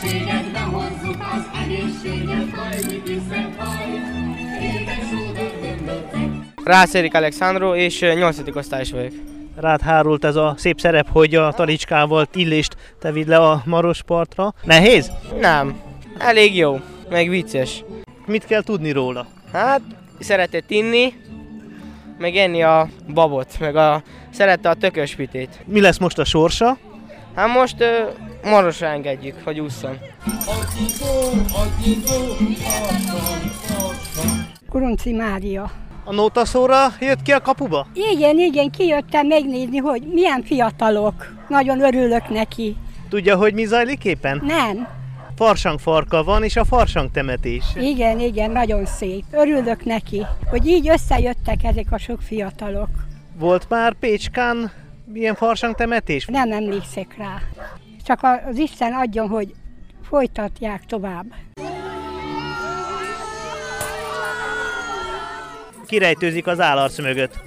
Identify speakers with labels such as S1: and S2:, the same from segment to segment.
S1: Téged behozzuk az egészséget, bajnik viszont baj. Régen sódor gömböcek,
S2: Rácérik Alexandru, és ö, 8. osztályos vagyok.
S3: Rád hárult ez a szép szerep, hogy a talicskával Illést te vidd le a Marospartra. Nehéz?
S2: Nem, elég jó, meg vicces.
S3: Mit kell tudni róla?
S2: Hát, szeretett inni, meg enni a babot, meg a, szerette a tököspitét.
S3: Mi lesz most a sorsa?
S2: Hát most ö, marosra engedjük, hogy ússzon.
S4: Kuronci Mária.
S3: A nótaszóra jött ki a kapuba?
S4: Igen, igen, kijöttem megnézni, hogy milyen fiatalok. Nagyon örülök neki.
S3: Tudja, hogy mi zajlik éppen?
S4: Nem?
S3: Farsang farka van, és a farsang temetés.
S4: Igen, igen, nagyon szép. Örülök neki, hogy így összejöttek ezek a sok fiatalok.
S3: Volt már Pécskán ilyen farsang temetés?
S4: Nem emlékszek rá. Csak az Isten adjon, hogy folytatják tovább.
S3: Kirejtőzik az állarc mögött.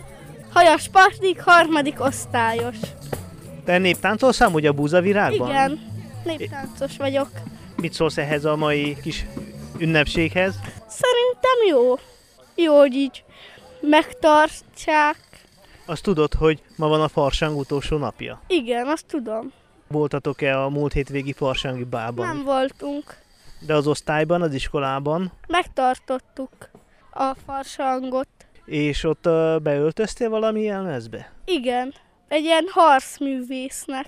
S5: Hajas Patrik, harmadik osztályos.
S3: Te néptáncolsz amúgy a búzavirágban?
S5: Igen, néptáncos vagyok.
S3: Mit szólsz ehhez a mai kis ünnepséghez?
S5: Szerintem jó. Jó, hogy így megtartják.
S3: Azt tudod, hogy ma van a farsang utolsó napja.
S5: Igen, azt tudom.
S3: Voltatok-e a múlt hétvégi farsangi bában?
S5: Nem voltunk.
S3: De az osztályban, az iskolában,
S5: Megtartottuk a farsangot.
S3: és ott ö, beöltöztél valami jelmezbe?
S5: Igen, egy ilyen harcművésznek.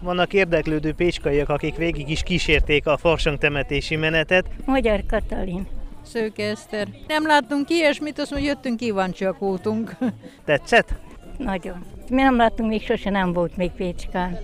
S3: Vannak érdeklődő pécskaiak, akik végig is kísérték a farsang temetési menetet.
S6: Magyar Katalin.
S7: Szőke Eszter. Nem láttunk ilyesmit, azt mondjuk jöttünk, kíváncsiak voltunk.
S3: Tetszett?
S6: Nagyon. Mi nem láttunk, még sose nem volt még Pécskán.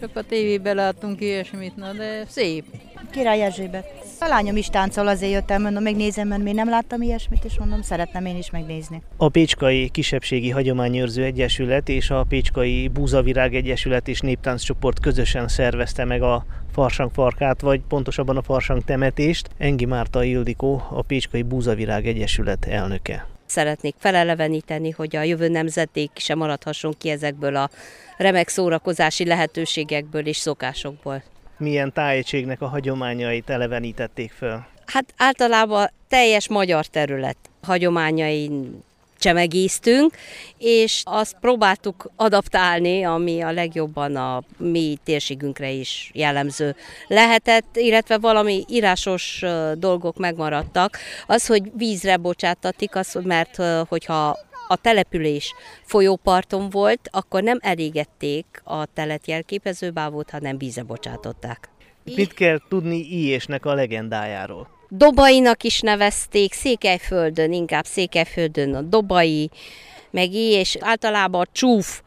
S7: Csak a tévében láttunk ilyesmit, na de szép.
S8: Király Erzsébet. A lányom is táncol, azért jöttem, mondom, megnézem, mert még nem láttam ilyesmit, és mondom, szeretném én is megnézni.
S3: A Pécskai Kisebbségi Hagyományőrző Egyesület és a Pécskai Búzavirág Egyesület és Néptánccsoport közösen szervezte meg a farsang farkát, vagy pontosabban a farsang temetést. Engi Márta Ildikó, a Pécskai Búzavirág Egyesület elnöke.
S9: szeretnék feleleveníteni, hogy a jövő nemzeték sem maradhasson ki ezekből a remek szórakozási lehetőségekből és szokásokból.
S3: Milyen tájegységnek a hagyományait elevenítették föl?
S9: Hát általában teljes magyar terület hagyományain csemegéztünk, és azt próbáltuk adaptálni, ami a legjobban a mi térségünkre is jellemző lehetett, illetve valami írásos ö, dolgok megmaradtak. Az, hogy vízre bocsátatik, az, mert ö, hogyha a település folyóparton volt, akkor nem elégették a telet jelképező bávót, hanem vízre bocsátották.
S3: Mit kell tudni Ijesnek a legendájáról?
S9: Dobainak is nevezték, Székelyföldön, inkább Székelyföldön a dobai, meg így, és általában a csúf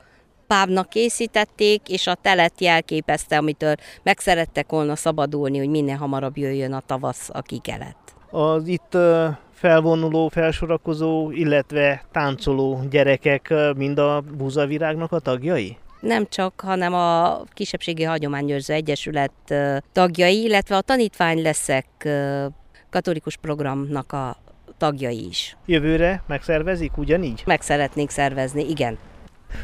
S9: pábnak készítették, és a telet jelképezte, amitől meg szerettek volna szabadulni, hogy minél hamarabb jöjjön a tavasz a kikelet.
S3: Az itt ö, felvonuló, felsorakozó, illetve táncoló gyerekek ö, mind a búzavirágnak a tagjai?
S9: Nem csak, hanem a Kisebbségi Hagyományőrző Egyesület ö, tagjai, illetve a tanítvány leszek ö, katolikus programnak a tagjai is.
S3: Jövőre megszervezik ugyanígy?
S9: Meg szeretnénk szervezni, igen.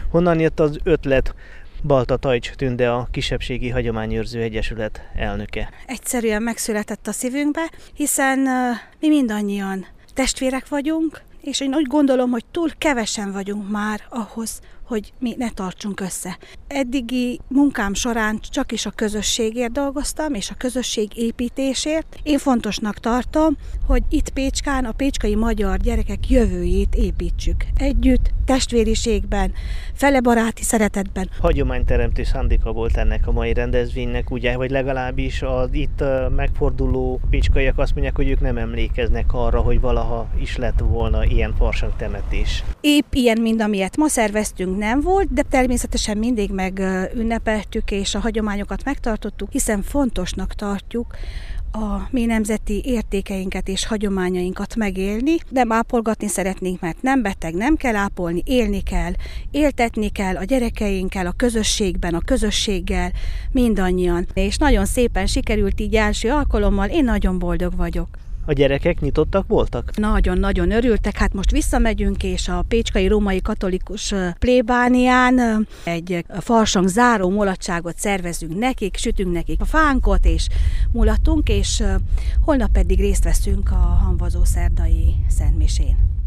S3: Honnan jött az ötlet? Balta Tajcs Tünde a Kisebbségi Hagyományőrző Egyesület elnöke.
S10: egyszerűen megszületett a szívünkbe, hiszen ö, mi mindannyian testvérek vagyunk, és én úgy gondolom, hogy túl kevesen vagyunk már ahhoz, hogy mi ne tartsunk össze. Eddigi munkám során csak is a közösségért dolgoztam, és a közösség építésért. Én fontosnak tartom, hogy itt Pécskán a pécskai magyar gyerekek jövőjét építsük. Együtt, testvériségben, felebaráti szeretetben,
S3: Hagyományteremtő szándéka volt ennek a mai rendezvénynek, ugye, vagy legalábbis az itt ö, megforduló pécskaiak azt mondják, hogy ők nem emlékeznek arra, hogy valaha is lett volna ilyen farsang temetés.
S10: Épp ilyen, mint amilyet ma szerveztünk, nem volt, de természetesen mindig megünnepeltük és a hagyományokat megtartottuk, hiszen fontosnak tartjuk a mi nemzeti értékeinket és hagyományainkat megélni. Nem ápolgatni szeretnénk, mert nem beteg, nem kell ápolni, élni kell, éltetni kell a gyerekeinkkel, a közösségben, a közösséggel, mindannyian. És nagyon szépen sikerült így első alkalommal, én nagyon boldog vagyok.
S3: A gyerekek nyitottak voltak?
S10: Nagyon-nagyon örültek, hát most visszamegyünk, és a Pécskai Római Katolikus ö, plébánián ö, egy ö, farsang záró mulatságot szervezünk nekik, sütünk nekik a fánkot, és mulatunk, és ö, holnap pedig részt veszünk a Hanvazó Szerdai Szentmisén.